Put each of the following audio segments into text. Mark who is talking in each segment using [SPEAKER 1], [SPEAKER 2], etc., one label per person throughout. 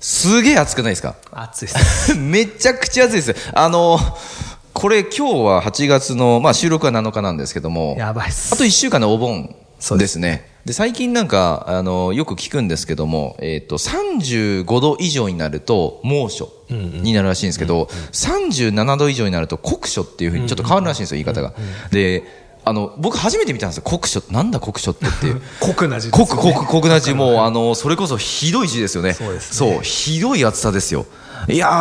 [SPEAKER 1] すげえ暑くないですか
[SPEAKER 2] 暑いです。
[SPEAKER 1] めちゃくちゃ暑いです。あの、これ今日は8月の、まあ収録は7日なんですけども、
[SPEAKER 2] やばいっす。
[SPEAKER 1] あと1週間のお盆
[SPEAKER 2] そう
[SPEAKER 1] で
[SPEAKER 2] です
[SPEAKER 1] ね。で、最近なんか、あの、よく聞くんですけども、えっ、と、35度以上になると猛暑になるらしいんですけど、37度以上になると酷暑っていうふうにちょっと変わるらしいんですよ、言い方が。で、あの、僕初めて見たんですよ、酷暑、なんだ酷暑ってっていう。
[SPEAKER 2] 酷な字です
[SPEAKER 1] 濃
[SPEAKER 2] ね
[SPEAKER 1] く濃く濃くなじもうあのそれこそひどい字ですよね。
[SPEAKER 2] そうです
[SPEAKER 1] そうひどい暑さですよ。いやー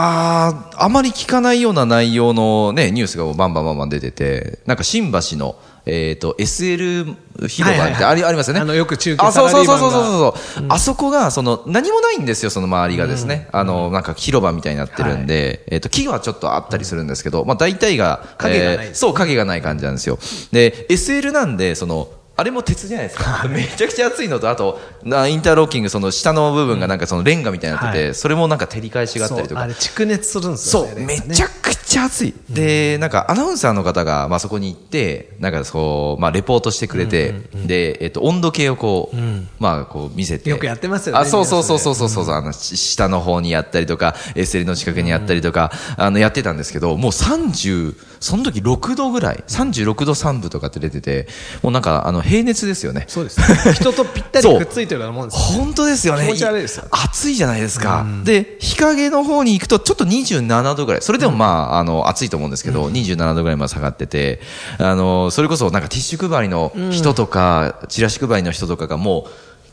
[SPEAKER 1] あまり聞かないような内容のねニュースがバンバンバンバン出ててなんか新橋のえっ、と SL 広場
[SPEAKER 2] は
[SPEAKER 1] っ
[SPEAKER 2] いはい
[SPEAKER 1] て
[SPEAKER 2] はい
[SPEAKER 1] ありありますよね。
[SPEAKER 2] あのよく中継
[SPEAKER 1] あそうそうそうそう
[SPEAKER 2] サラリーマンが
[SPEAKER 1] そうそうそう、あそこがその何もないんですよその周りがですね、あのなんか広場みたいになってるんで、えっ、と木はちょっとあったりするんですけど、まあ大体が
[SPEAKER 2] 影がない
[SPEAKER 1] えーそう影がない感じなんですよで SL なんでそのあれも鉄じゃないです かめちゃくちゃ熱いのとあとなインターローキングその下の部分がなんかそのレンガみたいになってて、
[SPEAKER 2] は
[SPEAKER 1] それもなんか照り返しがあったりと
[SPEAKER 2] そう
[SPEAKER 1] か
[SPEAKER 2] あれ、蓄熱するんです
[SPEAKER 1] そ
[SPEAKER 2] よね。
[SPEAKER 1] う、
[SPEAKER 2] レン
[SPEAKER 1] め
[SPEAKER 2] ガね
[SPEAKER 1] ちゃくちゃ暑い。で、なんかアナウンサーの方が、まあ、そこに行って、なんかそう、まあ、レポートしてくれて、で、えっと、温度計をこう、まあ、こう見せて。
[SPEAKER 2] よくやってますよね
[SPEAKER 1] あ、そうそうそうそ
[SPEAKER 2] 皆さん
[SPEAKER 1] うそうそう、あの、し下の方にやったりとか、SL の近くにやったりとか、あの、やってたんですけど、もう30、その時6度ぐらい、36度3分とかって出てて、もうなんか、あの、平熱ですよね。
[SPEAKER 2] そうです、ね。人とぴった
[SPEAKER 1] そう
[SPEAKER 2] りくっついてるようなもんですよ。
[SPEAKER 1] 本当ですよね。
[SPEAKER 2] 気持ち悪いですよ
[SPEAKER 1] 暑いじゃないですか。で、日陰の方に行くと、ちょっと27度ぐらい。それでもまあ、あの、暑いと思うんですけど、27度ぐらいまで下がってて、あの、それこそなんかティッシュ配りの人とか、チラシ配りの人とかがもう、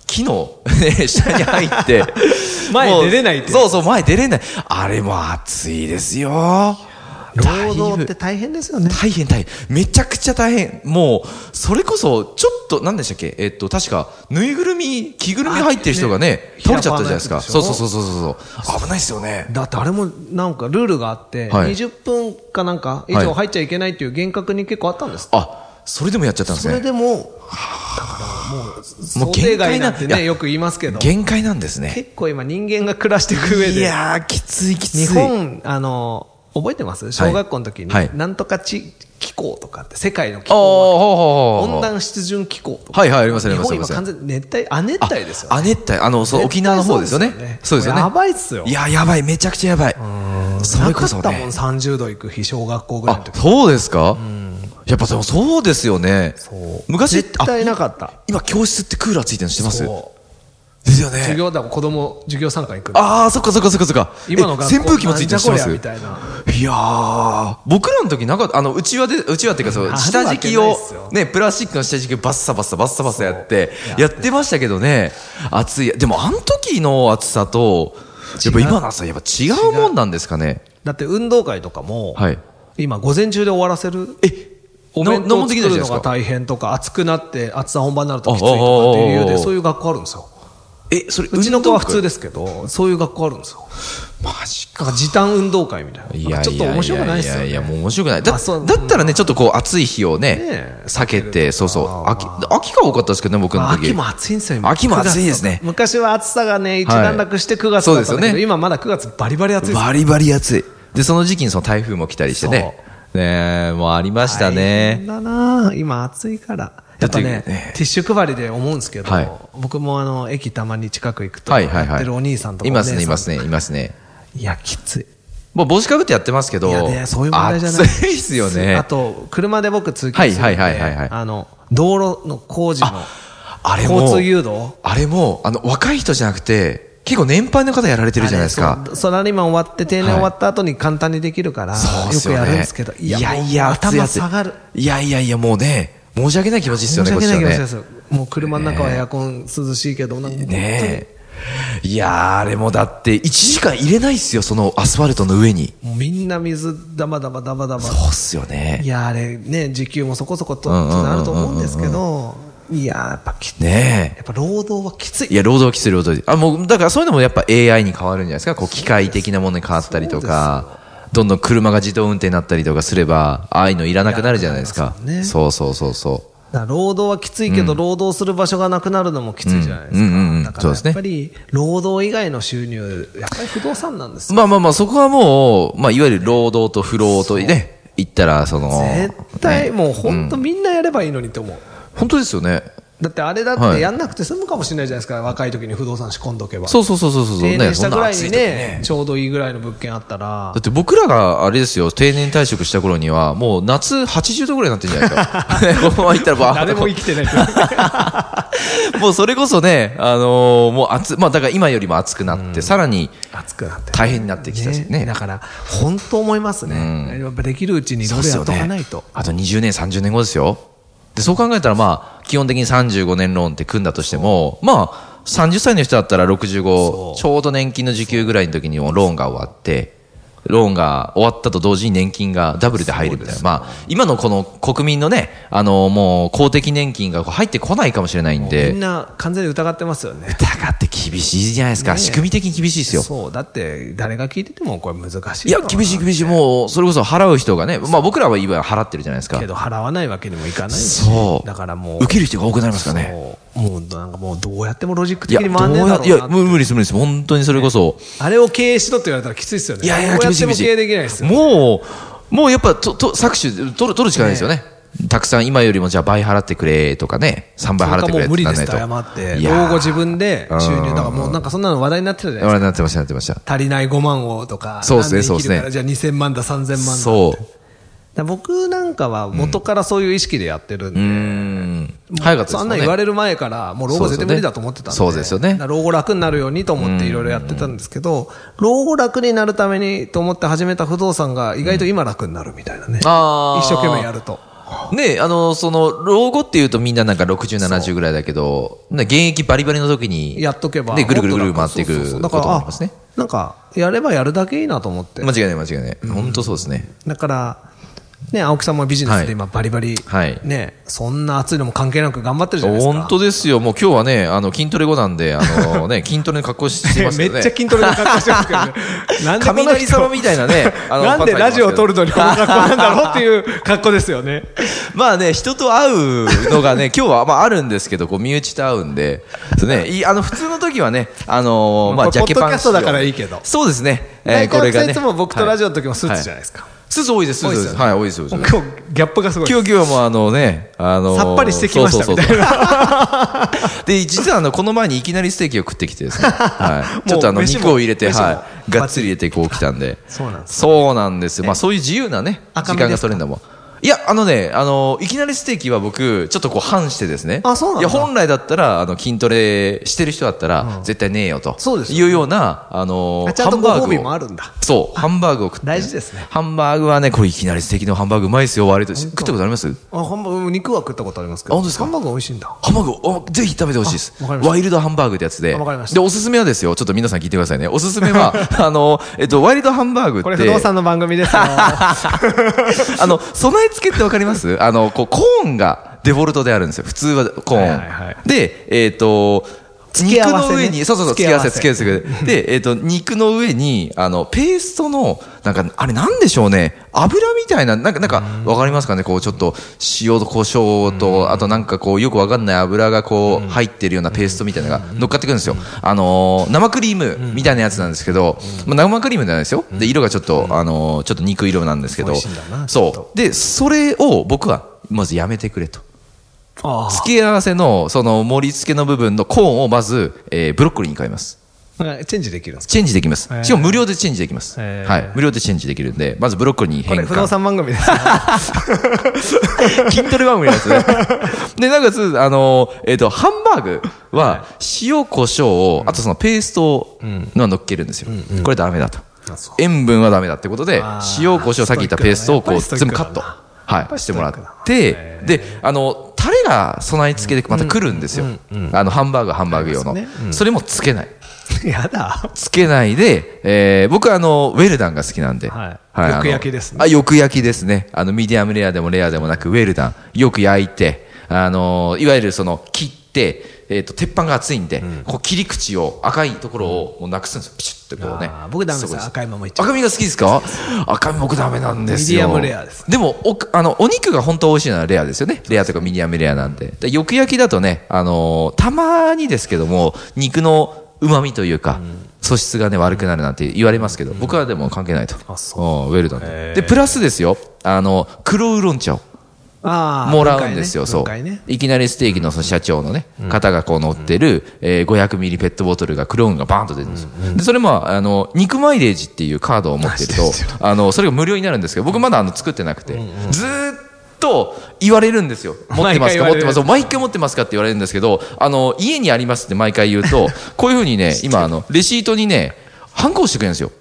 [SPEAKER 1] 木の、ね、下に入って。
[SPEAKER 2] 前
[SPEAKER 1] もう
[SPEAKER 2] 出れないって
[SPEAKER 1] そうそう、前出れない。あれも暑いですよ。
[SPEAKER 2] 労働っ
[SPEAKER 1] だいぶ
[SPEAKER 2] て大変ですよね。
[SPEAKER 1] 大変大変。めちゃくちゃ大変。もう、それこそ、ちょっと、何でしたっけえっと、確か、ぬいぐるみ、着ぐるみ入ってる人がね、
[SPEAKER 2] あ
[SPEAKER 1] 倒れちゃったじゃないですか。
[SPEAKER 2] ひ
[SPEAKER 1] そ
[SPEAKER 2] ら
[SPEAKER 1] う
[SPEAKER 2] パー
[SPEAKER 1] そう
[SPEAKER 2] のやつでしょ
[SPEAKER 1] そうそうそう。危ないですよね。
[SPEAKER 2] だってあれもなんかルールがあって、
[SPEAKER 1] はい
[SPEAKER 2] 20分かなんか以
[SPEAKER 1] はい
[SPEAKER 2] 上入っちゃいけないっていう厳格に結構あったんですって、
[SPEAKER 1] あ、それでもやっちゃったんです
[SPEAKER 2] そ
[SPEAKER 1] ね。
[SPEAKER 2] れでも、だからもう、
[SPEAKER 1] もう
[SPEAKER 2] 想定外なんて
[SPEAKER 1] 限界ない
[SPEAKER 2] ね、
[SPEAKER 1] や
[SPEAKER 2] よく言いますけど、
[SPEAKER 1] 限界なんですね。
[SPEAKER 2] 結構今、人間が暮らしていく上
[SPEAKER 1] い
[SPEAKER 2] で、
[SPEAKER 1] やー、きついきつい。
[SPEAKER 2] 日本、あの、覚えてます小学校の時に、
[SPEAKER 1] はい
[SPEAKER 2] なんとかち気候とかって、世界の気
[SPEAKER 1] あー、
[SPEAKER 2] 候
[SPEAKER 1] ほうほうほう。
[SPEAKER 2] 温暖湿潤気候とか。
[SPEAKER 1] はいはいありますあります
[SPEAKER 2] 日本今
[SPEAKER 1] ありま
[SPEAKER 2] 完全に熱帯、亜熱帯ですよ、
[SPEAKER 1] あ亜熱帯。あの、そう、沖縄の方ですよね。そうですよね。
[SPEAKER 2] やばいっすよ。
[SPEAKER 1] いや、やばい。めちゃくちゃやばい。それこそ
[SPEAKER 2] なかったもん、
[SPEAKER 1] ね。
[SPEAKER 2] 30度行く日、小学校ぐらい
[SPEAKER 1] あ
[SPEAKER 2] の、時。
[SPEAKER 1] そうですかやっぱでもそうですよね。昔、
[SPEAKER 2] 絶対なかった。
[SPEAKER 1] 今教室ってクーラーついてるのしてます
[SPEAKER 2] そう
[SPEAKER 1] ですよね
[SPEAKER 2] 授業だもん、子供、授業参観行く。
[SPEAKER 1] ああそっかそっかそっかそっか
[SPEAKER 2] 今の学校
[SPEAKER 1] え扇風機もついてるのしてます
[SPEAKER 2] なんじゃこりゃみたいない
[SPEAKER 1] やー僕らの時なかったあのうちわでうちわっていうかそう
[SPEAKER 2] あ
[SPEAKER 1] 下敷き
[SPEAKER 2] ある
[SPEAKER 1] を
[SPEAKER 2] わけないっすよ
[SPEAKER 1] ねプラスチックの下敷きをバッサバッサバッサバッサやって
[SPEAKER 2] そう
[SPEAKER 1] やってましたけどね暑いでもあの時の暑さとやっぱ今の暑さやっぱ違うもんなんですかね
[SPEAKER 2] だって運動会とかも、
[SPEAKER 1] はい
[SPEAKER 2] 今、午前中で終わらせる。
[SPEAKER 1] え
[SPEAKER 2] お弁
[SPEAKER 1] な
[SPEAKER 2] 当
[SPEAKER 1] なんも
[SPEAKER 2] を
[SPEAKER 1] でき
[SPEAKER 2] 作
[SPEAKER 1] ないじゃないで
[SPEAKER 2] るの
[SPEAKER 1] すか
[SPEAKER 2] が大変とか、暑くなって、暑さ本番になるときついとかっていう理由
[SPEAKER 1] ああああああ
[SPEAKER 2] で、そういう学校あるんですよ。
[SPEAKER 1] えそれ
[SPEAKER 2] うちの子は普通
[SPEAKER 1] で
[SPEAKER 2] ですけど、そういう学校あるんですよ。
[SPEAKER 1] マジか
[SPEAKER 2] なんか時短運動会みたいな。
[SPEAKER 1] いや
[SPEAKER 2] なんかちょっと面白くないですよ、ね。
[SPEAKER 1] やいやいやもう面白くないだ
[SPEAKER 2] あそう
[SPEAKER 1] だったらねちょっとこう暑い日をね
[SPEAKER 2] ねえ
[SPEAKER 1] 避けてそうそう
[SPEAKER 2] あ
[SPEAKER 1] 秋秋が多かったですけどね僕の
[SPEAKER 2] まあ
[SPEAKER 1] 時
[SPEAKER 2] 秋も暑いんですよ、今
[SPEAKER 1] 秋も暑いですね
[SPEAKER 2] 9月とか昔は暑さがね、一段落して9月だったんだけど、
[SPEAKER 1] そうですよね
[SPEAKER 2] 今まだ9月バリバリ暑いです。
[SPEAKER 1] バリバリ暑いでその時期にその台風も来たりしてねねえもうありました
[SPEAKER 2] 大変
[SPEAKER 1] ね
[SPEAKER 2] だな今暑いから。やっぱ
[SPEAKER 1] だっ
[SPEAKER 2] ね、
[SPEAKER 1] てね
[SPEAKER 2] ティッシュ配りで思うんですけど、
[SPEAKER 1] はい
[SPEAKER 2] 僕もあの、駅たまに近く行くと、
[SPEAKER 1] はいはい
[SPEAKER 2] やっ
[SPEAKER 1] はい
[SPEAKER 2] てるお兄さんとか
[SPEAKER 1] いますね
[SPEAKER 2] お
[SPEAKER 1] い
[SPEAKER 2] 姉
[SPEAKER 1] ま
[SPEAKER 2] さ
[SPEAKER 1] す
[SPEAKER 2] ん
[SPEAKER 1] ねいますね
[SPEAKER 2] いや、きつい。
[SPEAKER 1] もう帽子かぶってやってますけど
[SPEAKER 2] いやね、そういう問題じゃない。
[SPEAKER 1] 暑いですよね
[SPEAKER 2] あと、車で僕通勤するんで、
[SPEAKER 1] はいはいはいはいはい
[SPEAKER 2] あの、道路の工事の
[SPEAKER 1] あれも
[SPEAKER 2] 交通誘導
[SPEAKER 1] あれもあの若い人じゃなくて結構年配の方やられてるじゃないです
[SPEAKER 2] あ
[SPEAKER 1] か
[SPEAKER 2] れそうサラリーマン終わって定年終わった後に簡単にできるから、
[SPEAKER 1] そうっ
[SPEAKER 2] よ
[SPEAKER 1] す
[SPEAKER 2] く
[SPEAKER 1] よ
[SPEAKER 2] やるん
[SPEAKER 1] ね
[SPEAKER 2] ですけど、
[SPEAKER 1] いやいや
[SPEAKER 2] もう
[SPEAKER 1] 暑い
[SPEAKER 2] 頭
[SPEAKER 1] 暑い
[SPEAKER 2] 下がる。
[SPEAKER 1] いやいやいやもうね申し訳ない気持ちですよ
[SPEAKER 2] 申
[SPEAKER 1] ね
[SPEAKER 2] し
[SPEAKER 1] こっ
[SPEAKER 2] 訳
[SPEAKER 1] ち
[SPEAKER 2] ない
[SPEAKER 1] は
[SPEAKER 2] 気持ち
[SPEAKER 1] ね
[SPEAKER 2] ですよ。もう車の中はエアコン涼しいけど、なんか
[SPEAKER 1] ねえ。いやー、あれもだって、1時間入れないっすよ、そのアスファルトの上に。
[SPEAKER 2] もうみんな水ダバダバダバダバ。
[SPEAKER 1] そうっすよ
[SPEAKER 2] い
[SPEAKER 1] ね。
[SPEAKER 2] や、あれね、時給もそこそこと
[SPEAKER 1] うんうんうんうんうん
[SPEAKER 2] なると思うんですけど、いや、やっぱきつい。
[SPEAKER 1] ね
[SPEAKER 2] やっぱ労働はきつ
[SPEAKER 1] え。
[SPEAKER 2] い。
[SPEAKER 1] いや、労働きつい労働きついあ、もう、だからそういうのもやっぱ AI に変わるんじゃないですかこう、機械的なものに変わったりとか。どんどん車が自動運転になったりとかすれば、ああいうのいらなくなるじゃないですか。
[SPEAKER 2] いらなくなりますよね
[SPEAKER 1] そうそうそうそう。
[SPEAKER 2] だから労働はきついけど、労働する場所がなくなるのもきついじゃないで
[SPEAKER 1] う
[SPEAKER 2] す
[SPEAKER 1] んうんうんうん
[SPEAKER 2] か。だか
[SPEAKER 1] そうで
[SPEAKER 2] らや
[SPEAKER 1] すね
[SPEAKER 2] っぱり、労働以外の収入、やっぱり不動産なんですよ。
[SPEAKER 1] まあまあまあ、そこはもう、まあ、いわゆる労働と不労とね、言ったら、その、
[SPEAKER 2] 絶対、
[SPEAKER 1] ね
[SPEAKER 2] もう本当みんなやればいいのにと思う。
[SPEAKER 1] 本当ですよね。
[SPEAKER 2] だってあれだっ
[SPEAKER 1] はい
[SPEAKER 2] てやんなくて済むかもしれないじゃないですか、若い時に不動産仕込んどけば。
[SPEAKER 1] そうそうそうそうそうそう、
[SPEAKER 2] 定年したぐらい
[SPEAKER 1] そ
[SPEAKER 2] に
[SPEAKER 1] んな暑時
[SPEAKER 2] ね、ちょうどいいぐらいの物件あったら
[SPEAKER 1] だっ、て僕らがあれですよ、定年退職した頃には、もう夏80度ぐらいになってんじゃないですか。このま ま行ったらば、
[SPEAKER 2] 誰も生きてない。
[SPEAKER 1] もうそれこそね、あのーもう暑、まあだから今よりも暑くなって、さらに
[SPEAKER 2] 暑くなって。
[SPEAKER 1] 大変になってきたしね。
[SPEAKER 2] だから、本当思いますね。やっぱできるうちにいろいろやっとかないと。
[SPEAKER 1] あと20年、30年後ですよ。で、そう考えたら、まあ、基本的に35年ローンって組んだとしても、まあ、30歳の人だったら65、ちょうど年金の受給ぐらいの時にもローンが終わって、ローンが終わったと同時に年金がダブルで入るみたいな。まあ、今のこの国民のね、あの、もう公的年金がこう入ってこないかもしれないん
[SPEAKER 2] み
[SPEAKER 1] で
[SPEAKER 2] ん、な完全に疑ってますよね。
[SPEAKER 1] だからって厳しいじゃないですか。仕組み的に厳しいですよ。
[SPEAKER 2] そう、だって誰が聞いててもこれ難しい。
[SPEAKER 1] いや、厳しい厳しい。もう、それこそ払う人がね、まあ僕らは今払ってるじゃないですか
[SPEAKER 2] け。ど払わないわけにもいかないし
[SPEAKER 1] そう。
[SPEAKER 2] だからもう、
[SPEAKER 1] 受ける人が多くなりますからね。
[SPEAKER 2] そうもうなんかもうどうやってもロジック
[SPEAKER 1] い
[SPEAKER 2] 的
[SPEAKER 1] や、
[SPEAKER 2] に回んねえだ
[SPEAKER 1] どうやい
[SPEAKER 2] ろ
[SPEAKER 1] や、
[SPEAKER 2] うな。
[SPEAKER 1] 無無理です、無理です。本当にそれこそ。
[SPEAKER 2] あれを経営しろって言われたらきついですよね。
[SPEAKER 1] いやいや、
[SPEAKER 2] ど
[SPEAKER 1] 厳
[SPEAKER 2] うやっ
[SPEAKER 1] しい
[SPEAKER 2] ても
[SPEAKER 1] 厳し
[SPEAKER 2] 経営できないです
[SPEAKER 1] い。
[SPEAKER 2] よ。
[SPEAKER 1] もう、もうやっぱ、と、と、搾取、取る、取るしかないですよね。たくさん今よりもじゃあ倍払ってくれとかね、3倍払ってくれ
[SPEAKER 2] もう無理
[SPEAKER 1] なら
[SPEAKER 2] で
[SPEAKER 1] な
[SPEAKER 2] す
[SPEAKER 1] い
[SPEAKER 2] と
[SPEAKER 1] と。
[SPEAKER 2] 謝って、
[SPEAKER 1] いやー
[SPEAKER 2] 老後自分で収入、だからもうなんかそんなの話題になってたじゃないです
[SPEAKER 1] あ
[SPEAKER 2] か。
[SPEAKER 1] れなってました、なってました。
[SPEAKER 2] 足りない5万をとか、
[SPEAKER 1] そうですね
[SPEAKER 2] なん生きるから
[SPEAKER 1] そ
[SPEAKER 2] じゃあ2000万だ、3000万だ。
[SPEAKER 1] そう。
[SPEAKER 2] だから僕なんかは元からそういう意識でやってるんで、
[SPEAKER 1] うん。早かったです
[SPEAKER 2] そ
[SPEAKER 1] も
[SPEAKER 2] ん
[SPEAKER 1] ん
[SPEAKER 2] な
[SPEAKER 1] ね。
[SPEAKER 2] 言われる前から、もう老後絶対無理だと思ってたんで、
[SPEAKER 1] そうですよねそうですよね
[SPEAKER 2] だから老後楽になるようにと思っていろいろやってたんですけど、老後楽になるためにと思って始めた不動産が意外と今楽になるみたいなね。
[SPEAKER 1] あー
[SPEAKER 2] 一生懸命やると。
[SPEAKER 1] ねあの、その、老後っていうとみんななんか60、70ぐらいだけど、ね現役バリバリの時に、
[SPEAKER 2] やっとけば。
[SPEAKER 1] ね、ぐるぐるぐるぐる回
[SPEAKER 2] もっ
[SPEAKER 1] っ
[SPEAKER 2] と
[SPEAKER 1] てい
[SPEAKER 2] 楽
[SPEAKER 1] く
[SPEAKER 2] そうそうそうだ
[SPEAKER 1] こと
[SPEAKER 2] から
[SPEAKER 1] もありますね。
[SPEAKER 2] あなんか、やればやるだけいいなと思って。
[SPEAKER 1] 間違いない、間違いない。本当そうですね。
[SPEAKER 2] だから、ね、青木さんもビジネスで今バリバリ、
[SPEAKER 1] はい
[SPEAKER 2] ね、そんな暑いのも関係なく頑張ってるじゃないですか。
[SPEAKER 1] 本当ですよ。もう今日はね、あの、筋トレ後なんで、あ のね、筋トレの格好してます
[SPEAKER 2] め
[SPEAKER 1] よ
[SPEAKER 2] っ
[SPEAKER 1] ね。
[SPEAKER 2] ちゃ筋トレの格好してますけど ね。なんでこの人
[SPEAKER 1] 雷様みたいなねあの
[SPEAKER 2] なんでラジオを撮るのにこの格好なんだろうっていう格好ですよね。
[SPEAKER 1] まあね、人と会うのがね、今 日はまああるんですけど、こう、身内と会うんで、そうね、いいあの、普通の時はね、あのーま
[SPEAKER 2] ま
[SPEAKER 1] あ、
[SPEAKER 2] あ
[SPEAKER 1] ジャケパン
[SPEAKER 2] ポッドキャストだからいいけど
[SPEAKER 1] そうですね。
[SPEAKER 2] え
[SPEAKER 1] えーこれがね。
[SPEAKER 2] いつも僕とラジオの時もスーツじゃ
[SPEAKER 1] は
[SPEAKER 2] ないですか。
[SPEAKER 1] スーツ多いです、スーツ多いです。はい、多いです、多いです
[SPEAKER 2] もう。今日、ギャップがすごいです。
[SPEAKER 1] 今日今日もあのね、あのー
[SPEAKER 2] さっぱりしてきました
[SPEAKER 1] そう
[SPEAKER 2] み
[SPEAKER 1] そうそ
[SPEAKER 2] た
[SPEAKER 1] う
[SPEAKER 2] いな。
[SPEAKER 1] で、実はあの、この前にいきなりステーキを食ってきて ですね。はい。ちょっとあの、
[SPEAKER 2] もう飯も
[SPEAKER 1] 肉を入れて、
[SPEAKER 2] 飯も
[SPEAKER 1] はい。がっつり入れてこう来たんで。
[SPEAKER 2] そうなんです
[SPEAKER 1] そうなんですよ。まあ、そういう自由なね、時
[SPEAKER 2] 赤身
[SPEAKER 1] 間
[SPEAKER 2] で
[SPEAKER 1] が
[SPEAKER 2] すか
[SPEAKER 1] 取れるのも。いや、あのね、あの、いきなりステーキは僕、ちょっとこう反してですね。
[SPEAKER 2] あそうなん
[SPEAKER 1] い
[SPEAKER 2] だ
[SPEAKER 1] や、本来だったら、あの、筋トレしてる人だったら、絶対ねえよと。
[SPEAKER 2] そうですよね
[SPEAKER 1] いうような、あの
[SPEAKER 2] あ、ちゃんと
[SPEAKER 1] ハンバーグを
[SPEAKER 2] ご褒美もあるんだ
[SPEAKER 1] そう、ハンバーグを食って。
[SPEAKER 2] 大事ですね。
[SPEAKER 1] ハンバーグはね、これいきなりステーキのハンバーグうまいですよ、割と。食ったことあります
[SPEAKER 2] あ、ハンバーグ、肉は食ったことありますけど。
[SPEAKER 1] あ本当ですか
[SPEAKER 2] ハンバーグ美味しいんだ。
[SPEAKER 1] ハンバーグをぜひ食べてほしいです
[SPEAKER 2] あわかりました
[SPEAKER 1] ワイルドハンバーグってやつで
[SPEAKER 2] あわかりました
[SPEAKER 1] でおすすめはですよちょっと皆さん聞いてくださいねおすすめ はあの、えっと、ワイルドハンバーグって
[SPEAKER 2] これ不動産の番 組ですよ。
[SPEAKER 1] あの備え付けってわかりますあのこうコーンがデフォルトであるんですよ普通はコーン、
[SPEAKER 2] はいはいは
[SPEAKER 1] でえっ、と
[SPEAKER 2] 付け合わせね
[SPEAKER 1] 肉の上に、そうそうそう、付け
[SPEAKER 2] 付け
[SPEAKER 1] 合
[SPEAKER 2] 合
[SPEAKER 1] わ
[SPEAKER 2] わ
[SPEAKER 1] せ、
[SPEAKER 2] せ
[SPEAKER 1] 付け合わせ付け合わせ。で、えっ、と、肉の上に、あの、ペーストの、なんか、あれなんでしょうね、油みたいな、なんか、なんか、わかりますかねこう、ちょっと、塩と胡椒と、あとなんかこう、よくわかんない油がこう、入ってるようなペーストみたいなのが乗っかってくるんですよ。あのー、生クリームみたいなやつなんですけど、まあ、生クリームじゃないですよ。で、色がちょっと、あのー、ちょっと肉色なんですけど
[SPEAKER 2] 美味しいんだな、ちょっと
[SPEAKER 1] そう。で、それを僕は、まずやめてくれと。
[SPEAKER 2] ああ
[SPEAKER 1] 付け合わせの、その盛り付けの部分のコーンをまず、えーブロッコリーに変えます。
[SPEAKER 2] チェンジできるんですか
[SPEAKER 1] チェンジできます
[SPEAKER 2] へ。ー
[SPEAKER 1] しかも無料でチェンジできます。
[SPEAKER 2] へー
[SPEAKER 1] はい。無料でチェンジできるんで、まずブロッコリーに
[SPEAKER 2] こ
[SPEAKER 1] 変
[SPEAKER 2] れ
[SPEAKER 1] 換。
[SPEAKER 2] 不動産番組ですよ。
[SPEAKER 1] 筋トレ番組のやつね。 で、なおかつ、あのー、えっ、と、ハンバーグは、塩、胡椒を、あとそのペーストの乗っけるんですよ。これダメだと
[SPEAKER 2] あそう。
[SPEAKER 1] 塩分はダメだってことで
[SPEAKER 2] あ、ー
[SPEAKER 1] 塩、胡椒、さっき言ったペーストをこう、
[SPEAKER 2] ストイッ
[SPEAKER 1] 全部
[SPEAKER 2] クだな
[SPEAKER 1] カット。は
[SPEAKER 2] ぱ
[SPEAKER 1] い、
[SPEAKER 2] り
[SPEAKER 1] し
[SPEAKER 2] ス
[SPEAKER 1] て
[SPEAKER 2] トイ
[SPEAKER 1] もら
[SPEAKER 2] ッ
[SPEAKER 1] っ
[SPEAKER 2] クだな
[SPEAKER 1] て、で、あの、タレが備え付けでまた来るんですよ。あの、ハンバーグ、ハンバーグ用の
[SPEAKER 2] ありますね。
[SPEAKER 1] それもつけない。
[SPEAKER 2] やだ。
[SPEAKER 1] つけないで、えー僕はあの、ウェルダンが好きなんで。
[SPEAKER 2] はい
[SPEAKER 1] あの
[SPEAKER 2] よく焼きですね
[SPEAKER 1] あ、よく焼きですね。あの、ミディアムレアでもレアでもなく、ウェルダン。よく焼いて、あの、いわゆるその、切って、えっ、と、鉄板が熱いんで、こう、切り口を、赤いところをもうなくすんですよ。ピシュッってこうね
[SPEAKER 2] あー。僕ダメです
[SPEAKER 1] そこ
[SPEAKER 2] 赤いままいっちゃう
[SPEAKER 1] 赤身が好きですか赤身僕ダメなんですよ。
[SPEAKER 2] ミディアムレアです。
[SPEAKER 1] でも、お、あの、お肉が本当は美味しいのはレアですよね。レアとかミディアムレアなんで。で、よく焼きだとね、あのーたまにですけども、肉の旨味というか、素質がね、悪くなるなんて言われますけど、僕はでも関係ないと。
[SPEAKER 2] あ
[SPEAKER 1] そうん。ウェルダンで。で、プラスですよ、あの、黒ウーロン茶を。
[SPEAKER 2] ああ。
[SPEAKER 1] もらうんですよ、
[SPEAKER 2] 今
[SPEAKER 1] そ
[SPEAKER 2] 回
[SPEAKER 1] う、
[SPEAKER 2] ね。
[SPEAKER 1] いきなりステーキのその社長のね、方がこう乗ってる、えー500ミリペットボトルが、クローンがバーンと出てるんですよ。で、それも、あの、肉マイレージっていうカードを持ってると、あの、それが無料になるんですけど、僕まだあの、作ってなくて、ずーっと言われるんですよ。持ってますか持
[SPEAKER 2] 毎回言われる
[SPEAKER 1] ってます毎回持ってますかって言われるんですけど、あの、家にありますって毎回言う と、こういうふうにね、今、あの、レシートにね、反抗してくれるんですよ。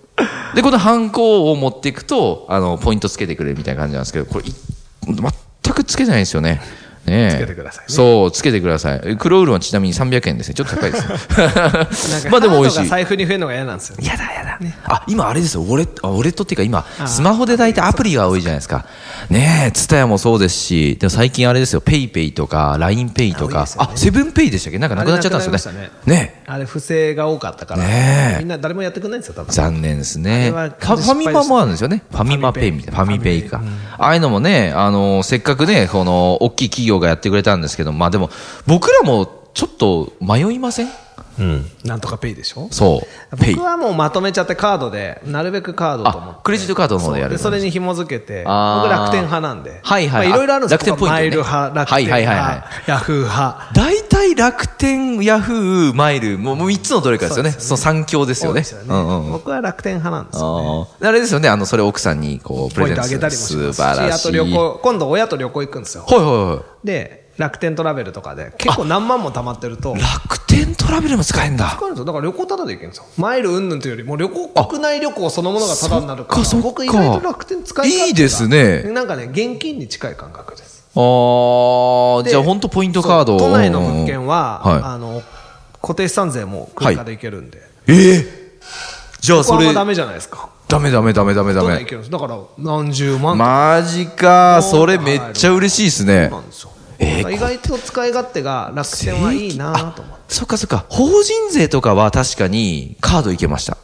[SPEAKER 1] で、この反抗を持っていくと、あの、ポイントつけてくれるみたいな感じなんですけど、これ、い全くつけてないんですよね。ねえ
[SPEAKER 2] つけてくださいね
[SPEAKER 1] そう、つけてください。クロウールはちなみに300円ですね。ちょっと高いですね
[SPEAKER 2] なんか。
[SPEAKER 1] まあでも美味し
[SPEAKER 2] カード
[SPEAKER 1] い
[SPEAKER 2] が。財布に増えるのが嫌なんですよね。
[SPEAKER 1] やだやだ。あ、今あれですよ、ウォレット、あウォレットっていうか今、スマホで大体アプリが多いじゃないですか。ねえ、ツタヤもそうですし、でも最近あれですよ、ペイペイとか、ラインペイと
[SPEAKER 2] あ多い
[SPEAKER 1] か
[SPEAKER 2] です、よね
[SPEAKER 1] あ、セブンペイでしたっけなんかなくなっちゃったんですよ
[SPEAKER 2] あれな
[SPEAKER 1] ね
[SPEAKER 2] くなりま。した
[SPEAKER 1] ねえ。
[SPEAKER 2] あれ、不正が多かったから。
[SPEAKER 1] ねえ
[SPEAKER 2] みんな誰もやってくれないんですよ、多分。
[SPEAKER 1] 残念ですね。
[SPEAKER 2] あれ
[SPEAKER 1] ファ
[SPEAKER 2] は
[SPEAKER 1] ファミマもあるんですよね。ファミマペイみたいな。ファミペイか。ああいうのもね、あの、せっかくね、この、大きい企業がやってくれたんですけど、まあでも、僕らもちょっと迷いません
[SPEAKER 2] なんとかペイでしょ
[SPEAKER 1] そう。ペイ
[SPEAKER 2] 僕。はもうまとめちゃってカードで、なるべくカードと思っ
[SPEAKER 1] あ
[SPEAKER 2] て。、
[SPEAKER 1] クレジットカードの方でやる。
[SPEAKER 2] で、それに紐付けて、僕
[SPEAKER 1] あー
[SPEAKER 2] 楽天派なんで。
[SPEAKER 1] はいはい
[SPEAKER 2] まあいろいろあるんです
[SPEAKER 1] 楽天ポイントね
[SPEAKER 2] マイル派、楽
[SPEAKER 1] は
[SPEAKER 2] 天
[SPEAKER 1] いはい
[SPEAKER 2] 派、
[SPEAKER 1] はいはい
[SPEAKER 2] ヤフー派。
[SPEAKER 1] 大体楽天、ヤフー、マイル、もうもう3つのどれかですよね。その3強ですよ
[SPEAKER 2] そうで
[SPEAKER 1] ね
[SPEAKER 2] すよ。ね
[SPEAKER 1] うんうんうん。
[SPEAKER 2] 僕は楽天派なんですよね。
[SPEAKER 1] あーあれですよね、あの、それ奥さんにこう、プ
[SPEAKER 2] ポイ
[SPEAKER 1] レ
[SPEAKER 2] ン
[SPEAKER 1] ゼン
[SPEAKER 2] ト
[SPEAKER 1] ト
[SPEAKER 2] あげ
[SPEAKER 1] す
[SPEAKER 2] た
[SPEAKER 1] る。
[SPEAKER 2] りも
[SPEAKER 1] 素
[SPEAKER 2] しますし、
[SPEAKER 1] 晴ら
[SPEAKER 2] あ
[SPEAKER 1] しい。
[SPEAKER 2] と旅行、今度親と旅行行くんですよ。
[SPEAKER 1] はいはいはい。
[SPEAKER 2] で、楽天トラベルとかで、結構何万も貯まってると、
[SPEAKER 1] 楽天トラベルも使えんだ。
[SPEAKER 2] 使うんですよだから旅行タダで行けるんですよ。マイル云々というよりも、旅行、国内旅行そのものがタダになるから、
[SPEAKER 1] そっかそっか
[SPEAKER 2] 僕意外と楽天使い勝手が
[SPEAKER 1] いいですね
[SPEAKER 2] なんかね、現金に近い感覚です。
[SPEAKER 1] ああ、
[SPEAKER 2] で
[SPEAKER 1] じゃあ本当ポイントカードを。
[SPEAKER 2] そう都内の物件は、
[SPEAKER 1] うんうんうんはい
[SPEAKER 2] あの、固定資産税も車で行けるんで。
[SPEAKER 1] ええじゃあ
[SPEAKER 2] ここ
[SPEAKER 1] そ
[SPEAKER 2] はあん
[SPEAKER 1] れ、
[SPEAKER 2] まダ
[SPEAKER 1] ダメ
[SPEAKER 2] メじゃないですか。
[SPEAKER 1] ダメダメダメダ
[SPEAKER 2] 都内行
[SPEAKER 1] メ。
[SPEAKER 2] けるんです。だから、何十万とか
[SPEAKER 1] マジか、それめっちゃ嬉しいですね
[SPEAKER 2] そう。なんですよ。
[SPEAKER 1] えー
[SPEAKER 2] 意外と使い勝手が楽天はいいなと思って。
[SPEAKER 1] そっかそっか、法人税とかは確かにカードいけました。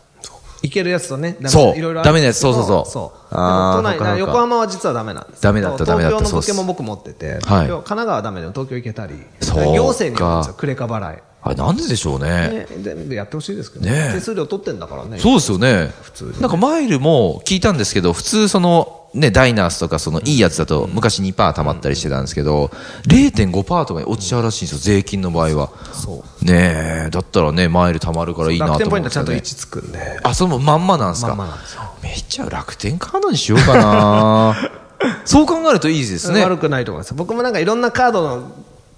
[SPEAKER 2] いけるやつとね、ダメ
[SPEAKER 1] そう
[SPEAKER 2] いろいろある
[SPEAKER 1] ダメなやつそうそうそう
[SPEAKER 2] そう。
[SPEAKER 1] あー
[SPEAKER 2] で
[SPEAKER 1] そっ
[SPEAKER 2] も都内
[SPEAKER 1] かそっか
[SPEAKER 2] 横浜は実はダメなんです。
[SPEAKER 1] ダメだったダメだった
[SPEAKER 2] 東京の物
[SPEAKER 1] そ
[SPEAKER 2] 件も
[SPEAKER 1] う
[SPEAKER 2] 僕持ってて、東
[SPEAKER 1] はい
[SPEAKER 2] 京神奈川はダメでも東京行けたり、
[SPEAKER 1] そうか
[SPEAKER 2] 行政によるんですよ、クレカ払い。
[SPEAKER 1] あれなんででしょうね。
[SPEAKER 2] ね、全部やってほしいですけど、
[SPEAKER 1] ねえ
[SPEAKER 2] 手数料取ってんだからね。
[SPEAKER 1] そうですよね。
[SPEAKER 2] 通にね
[SPEAKER 1] なんかマイルも聞いたんですけど、普通その、ね、ダイナースとかそのいいやつだと昔2%貯まったりしてたんですけど、0.5%とかに落ちちゃうらしいんですよ、税金の場合は。
[SPEAKER 2] そ
[SPEAKER 1] ねえ、だったらね、マイル貯まるからいいなと
[SPEAKER 2] 楽
[SPEAKER 1] 思
[SPEAKER 2] 天ポ
[SPEAKER 1] う
[SPEAKER 2] イ
[SPEAKER 1] ん
[SPEAKER 2] ント
[SPEAKER 1] で
[SPEAKER 2] は
[SPEAKER 1] す
[SPEAKER 2] ちゃ
[SPEAKER 1] け
[SPEAKER 2] ん
[SPEAKER 1] ど、
[SPEAKER 2] と
[SPEAKER 1] ね。
[SPEAKER 2] 位置つくんで。
[SPEAKER 1] あ、それもまんまなんですか。
[SPEAKER 2] まんまなんですよ
[SPEAKER 1] めっちゃ楽天カードにしようか なそう考えるといいですね。
[SPEAKER 2] 悪くないと思います。僕もなんかいろんなカードの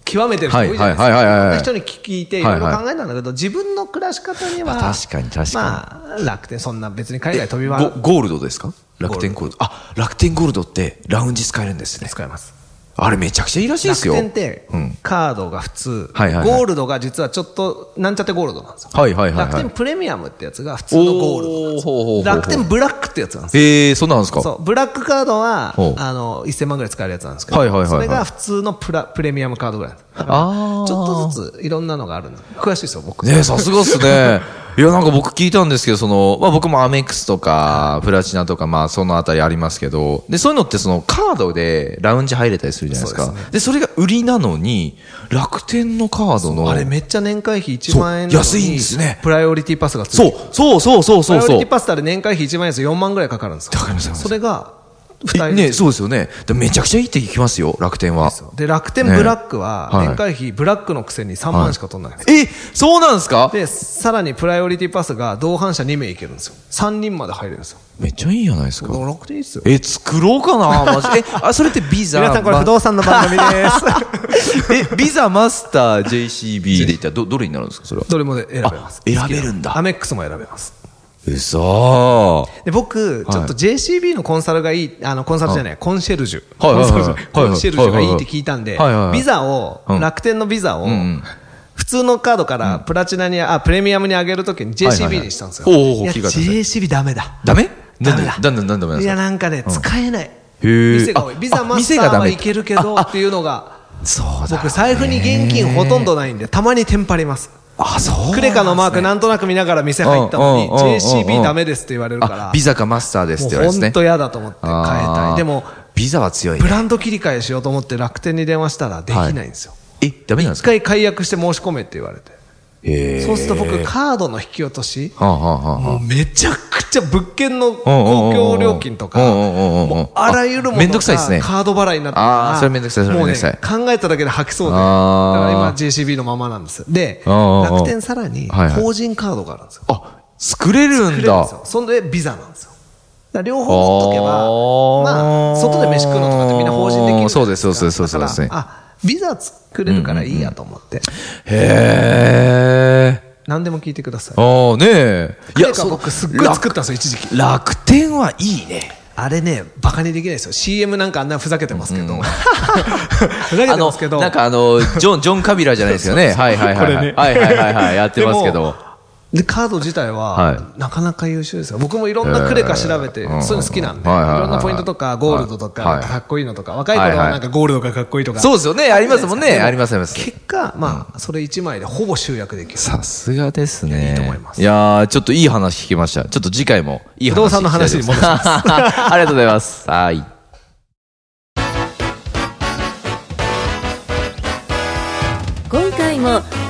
[SPEAKER 2] 極めてる人多いじゃないですか。
[SPEAKER 1] はいいはいはいはいはい
[SPEAKER 2] ろんな人に聞いていろいろ考えたんだけど、自分の暮らし方には、
[SPEAKER 1] まあ確かに確かに
[SPEAKER 2] まあ、楽天、そんな別に海外飛び
[SPEAKER 1] ゴ
[SPEAKER 2] は
[SPEAKER 1] ゴールドですか楽天ゴールド。あ、楽天ゴールドってラウンジ使えるんですね。
[SPEAKER 2] 使えます。
[SPEAKER 1] あれめちゃくちゃいいらしいです
[SPEAKER 2] 楽
[SPEAKER 1] よ。
[SPEAKER 2] 天って
[SPEAKER 1] うん、
[SPEAKER 2] カードが普通、
[SPEAKER 1] はいはいはい
[SPEAKER 2] ゴールドが実はちょっと、なんちゃってゴールドなんですよ。
[SPEAKER 1] はいはいはいはい
[SPEAKER 2] 楽天プレミアムってやつが普通のゴールドなんですよ
[SPEAKER 1] おーほうほうほうほう
[SPEAKER 2] 楽天ブラックってやつなんですよ
[SPEAKER 1] ええー、そうなんですか
[SPEAKER 2] そう、ブラックカードは
[SPEAKER 1] ほう、
[SPEAKER 2] あの、1000万ぐらい使えるやつなんですけど、
[SPEAKER 1] はいはいはいはい
[SPEAKER 2] それが普通のプラプレミアムカードぐらいなんですだから
[SPEAKER 1] あー
[SPEAKER 2] ちょっとずついろんなのがあるんで詳しいですよ、僕。
[SPEAKER 1] ねえさすがっす ね。いや、なんか僕聞いたんですけど、その、まあ僕もアメックスとか、プラチナとか、まあそのあたりありますけど、で、そういうのってそのカードでラウンジ入れたりするじゃないですか。
[SPEAKER 2] そ
[SPEAKER 1] で
[SPEAKER 2] うです
[SPEAKER 1] それが売りなのに、楽天のカードの、
[SPEAKER 2] あれめっちゃ年会費1万円なのに
[SPEAKER 1] そう安いんですね
[SPEAKER 2] プライオリティパスがついて
[SPEAKER 1] そう
[SPEAKER 2] る、
[SPEAKER 1] そうそうそうそ
[SPEAKER 2] プラ
[SPEAKER 1] う
[SPEAKER 2] イオリ
[SPEAKER 1] そ
[SPEAKER 2] テ
[SPEAKER 1] う
[SPEAKER 2] ィ。パスってあれ年会費1万円ですよ、4万ぐらいかかるんです
[SPEAKER 1] わ
[SPEAKER 2] よ。
[SPEAKER 1] かりますわかります
[SPEAKER 2] それが、2人
[SPEAKER 1] ねそうですよね。でめちゃくちゃいいって聞きますよ、楽天は。
[SPEAKER 2] で、楽天ブラックは、
[SPEAKER 1] ねはい
[SPEAKER 2] 年会費ブラックのくせに3万しか取らないんですよ。
[SPEAKER 1] え、そうなんですか
[SPEAKER 2] で、さらにプライオリティパスが同伴者2名いけるんですよ。3人まで入れるんですよ。
[SPEAKER 1] めっちゃいいじゃないですか。
[SPEAKER 2] 楽天いいっすよ。
[SPEAKER 1] え、作ろうかな、マジ。え、あ、それってビザ。
[SPEAKER 2] 皆さんこれ
[SPEAKER 1] ま
[SPEAKER 2] 不動産の番組です。
[SPEAKER 1] え、ビザ、マスター、JCB でいったらど、どれになるんですか、それは。
[SPEAKER 2] どれもで選べます。
[SPEAKER 1] あ選べるんだ
[SPEAKER 2] アメックスも選べます。
[SPEAKER 1] うそー。
[SPEAKER 2] で、僕、ちょっと JCB のコンサルがいい、あの、コンサルじゃない、コンシェルジュ。
[SPEAKER 1] はいはいはい
[SPEAKER 2] コンサルじゃな
[SPEAKER 1] はいはい
[SPEAKER 2] コンシェルジュがいいって聞いたんで
[SPEAKER 1] はいはいは、い
[SPEAKER 2] ビザを
[SPEAKER 1] う、ん
[SPEAKER 2] 楽天のビザを
[SPEAKER 1] んうん、
[SPEAKER 2] 普通のカードからプラチナに、あ、プレミアムに上げるときに
[SPEAKER 1] はいはいはい
[SPEAKER 2] JCB にしたんですよ。
[SPEAKER 1] おうおうおう
[SPEAKER 2] いや
[SPEAKER 1] 聞いたことある
[SPEAKER 2] JCB ダメだ。
[SPEAKER 1] ダメ
[SPEAKER 2] ダ
[SPEAKER 1] なん
[SPEAKER 2] メ
[SPEAKER 1] で
[SPEAKER 2] だ。
[SPEAKER 1] なんでなんでダメなん
[SPEAKER 2] い
[SPEAKER 1] です
[SPEAKER 2] や、
[SPEAKER 1] か
[SPEAKER 2] なんかね、使えない。
[SPEAKER 1] へえ
[SPEAKER 2] 店が多い。
[SPEAKER 1] あ
[SPEAKER 2] ビザマス
[SPEAKER 1] 店
[SPEAKER 2] タ
[SPEAKER 1] が
[SPEAKER 2] ー
[SPEAKER 1] ダ
[SPEAKER 2] は
[SPEAKER 1] メ
[SPEAKER 2] いけるけどっていうのが、
[SPEAKER 1] そうだ。
[SPEAKER 2] 僕財布に現金ほとんどないんで、たまにテンパります。
[SPEAKER 1] あ、そう。
[SPEAKER 2] クレカのマークなんとなく見ながら店入ったの
[SPEAKER 1] う
[SPEAKER 2] に、
[SPEAKER 1] んうんうんうんうん
[SPEAKER 2] JCB ダメですって言われるから
[SPEAKER 1] あ、、ビザかマスターですって言われ
[SPEAKER 2] もう
[SPEAKER 1] てですね。
[SPEAKER 2] 本当嫌だと思って変えた
[SPEAKER 1] あ
[SPEAKER 2] い。
[SPEAKER 1] ー
[SPEAKER 2] でも、
[SPEAKER 1] ビザは強いね
[SPEAKER 2] ブ。ランド切り替えしようと思って楽天に電話したらできないんですよ。
[SPEAKER 1] え、ダメなんです
[SPEAKER 2] 一
[SPEAKER 1] か
[SPEAKER 2] 回解約して申し込めって言われて。
[SPEAKER 1] へー
[SPEAKER 2] そうすると僕、カードの引き落とし、
[SPEAKER 1] はあはあはあ
[SPEAKER 2] もうめちゃくちゃ物件の
[SPEAKER 1] うんうんうんうん
[SPEAKER 2] 公共料金とか、
[SPEAKER 1] うんうんうんうん
[SPEAKER 2] もうあらゆるものが
[SPEAKER 1] あめんどくさいですね
[SPEAKER 2] カード払いになってるから
[SPEAKER 1] あーそれめんどくさいそれめんどくさい
[SPEAKER 2] もうね、考えただけで吐きそうで。だか
[SPEAKER 1] あー
[SPEAKER 2] ら今 JCB のままなんです。で、
[SPEAKER 1] うんうんうん
[SPEAKER 2] 楽天さらに
[SPEAKER 1] はいはい
[SPEAKER 2] 法人カードがあるんですよ。
[SPEAKER 1] あ、作れるん
[SPEAKER 2] くれるんです
[SPEAKER 1] だ
[SPEAKER 2] よ。。そんでビザなんですよ。だから両方持っとけば、
[SPEAKER 1] あー
[SPEAKER 2] まあ、外で飯食うのとかってみんな法人できるじゃないか
[SPEAKER 1] そうですそうですそうですそうです
[SPEAKER 2] だからあ、ビザ作れるからいいやと思って。
[SPEAKER 1] へえ。
[SPEAKER 2] 何でも聞いてください。
[SPEAKER 1] ああ、ねえ。
[SPEAKER 2] いや、僕すっごい
[SPEAKER 1] 楽
[SPEAKER 2] 作ったんですよ、一時期。
[SPEAKER 1] 楽天はいいね。
[SPEAKER 2] あれね、バカにできないですよ。CM なんかあんなふざけてますけど。 ふざけ
[SPEAKER 1] あ
[SPEAKER 2] てま
[SPEAKER 1] の
[SPEAKER 2] すけど。、
[SPEAKER 1] なんかあの、ジョン、ジョン・カビラじゃないですよね。はいはいはい
[SPEAKER 2] こ
[SPEAKER 1] は
[SPEAKER 2] れ
[SPEAKER 1] い。
[SPEAKER 2] ね
[SPEAKER 1] はいはいはいはい。やってますけ
[SPEAKER 2] で
[SPEAKER 1] ど
[SPEAKER 2] も。で、カード自体は
[SPEAKER 1] は、
[SPEAKER 2] なかなか優秀ですよ。僕もいろんなクレカ調べて、
[SPEAKER 1] うん
[SPEAKER 2] そういうの好きなんで、い
[SPEAKER 1] はいはいはいはい
[SPEAKER 2] ろんなポイントとか、ゴールドとか、
[SPEAKER 1] はい
[SPEAKER 2] なんかかっこいいのとか、若い頃はなんかゴールドがかっこいいとか。
[SPEAKER 1] そうですよね。ありますもんね。ありますあります。
[SPEAKER 2] 結果、まあ、それ1枚でほぼ集約できる。
[SPEAKER 1] さすがですね。
[SPEAKER 2] いいと思います
[SPEAKER 1] いやー、ちょっといい話聞きました。ちょっと次回もいい話。
[SPEAKER 2] 不動産の話に戻します
[SPEAKER 1] ありがとうございます。はい。
[SPEAKER 3] 今回も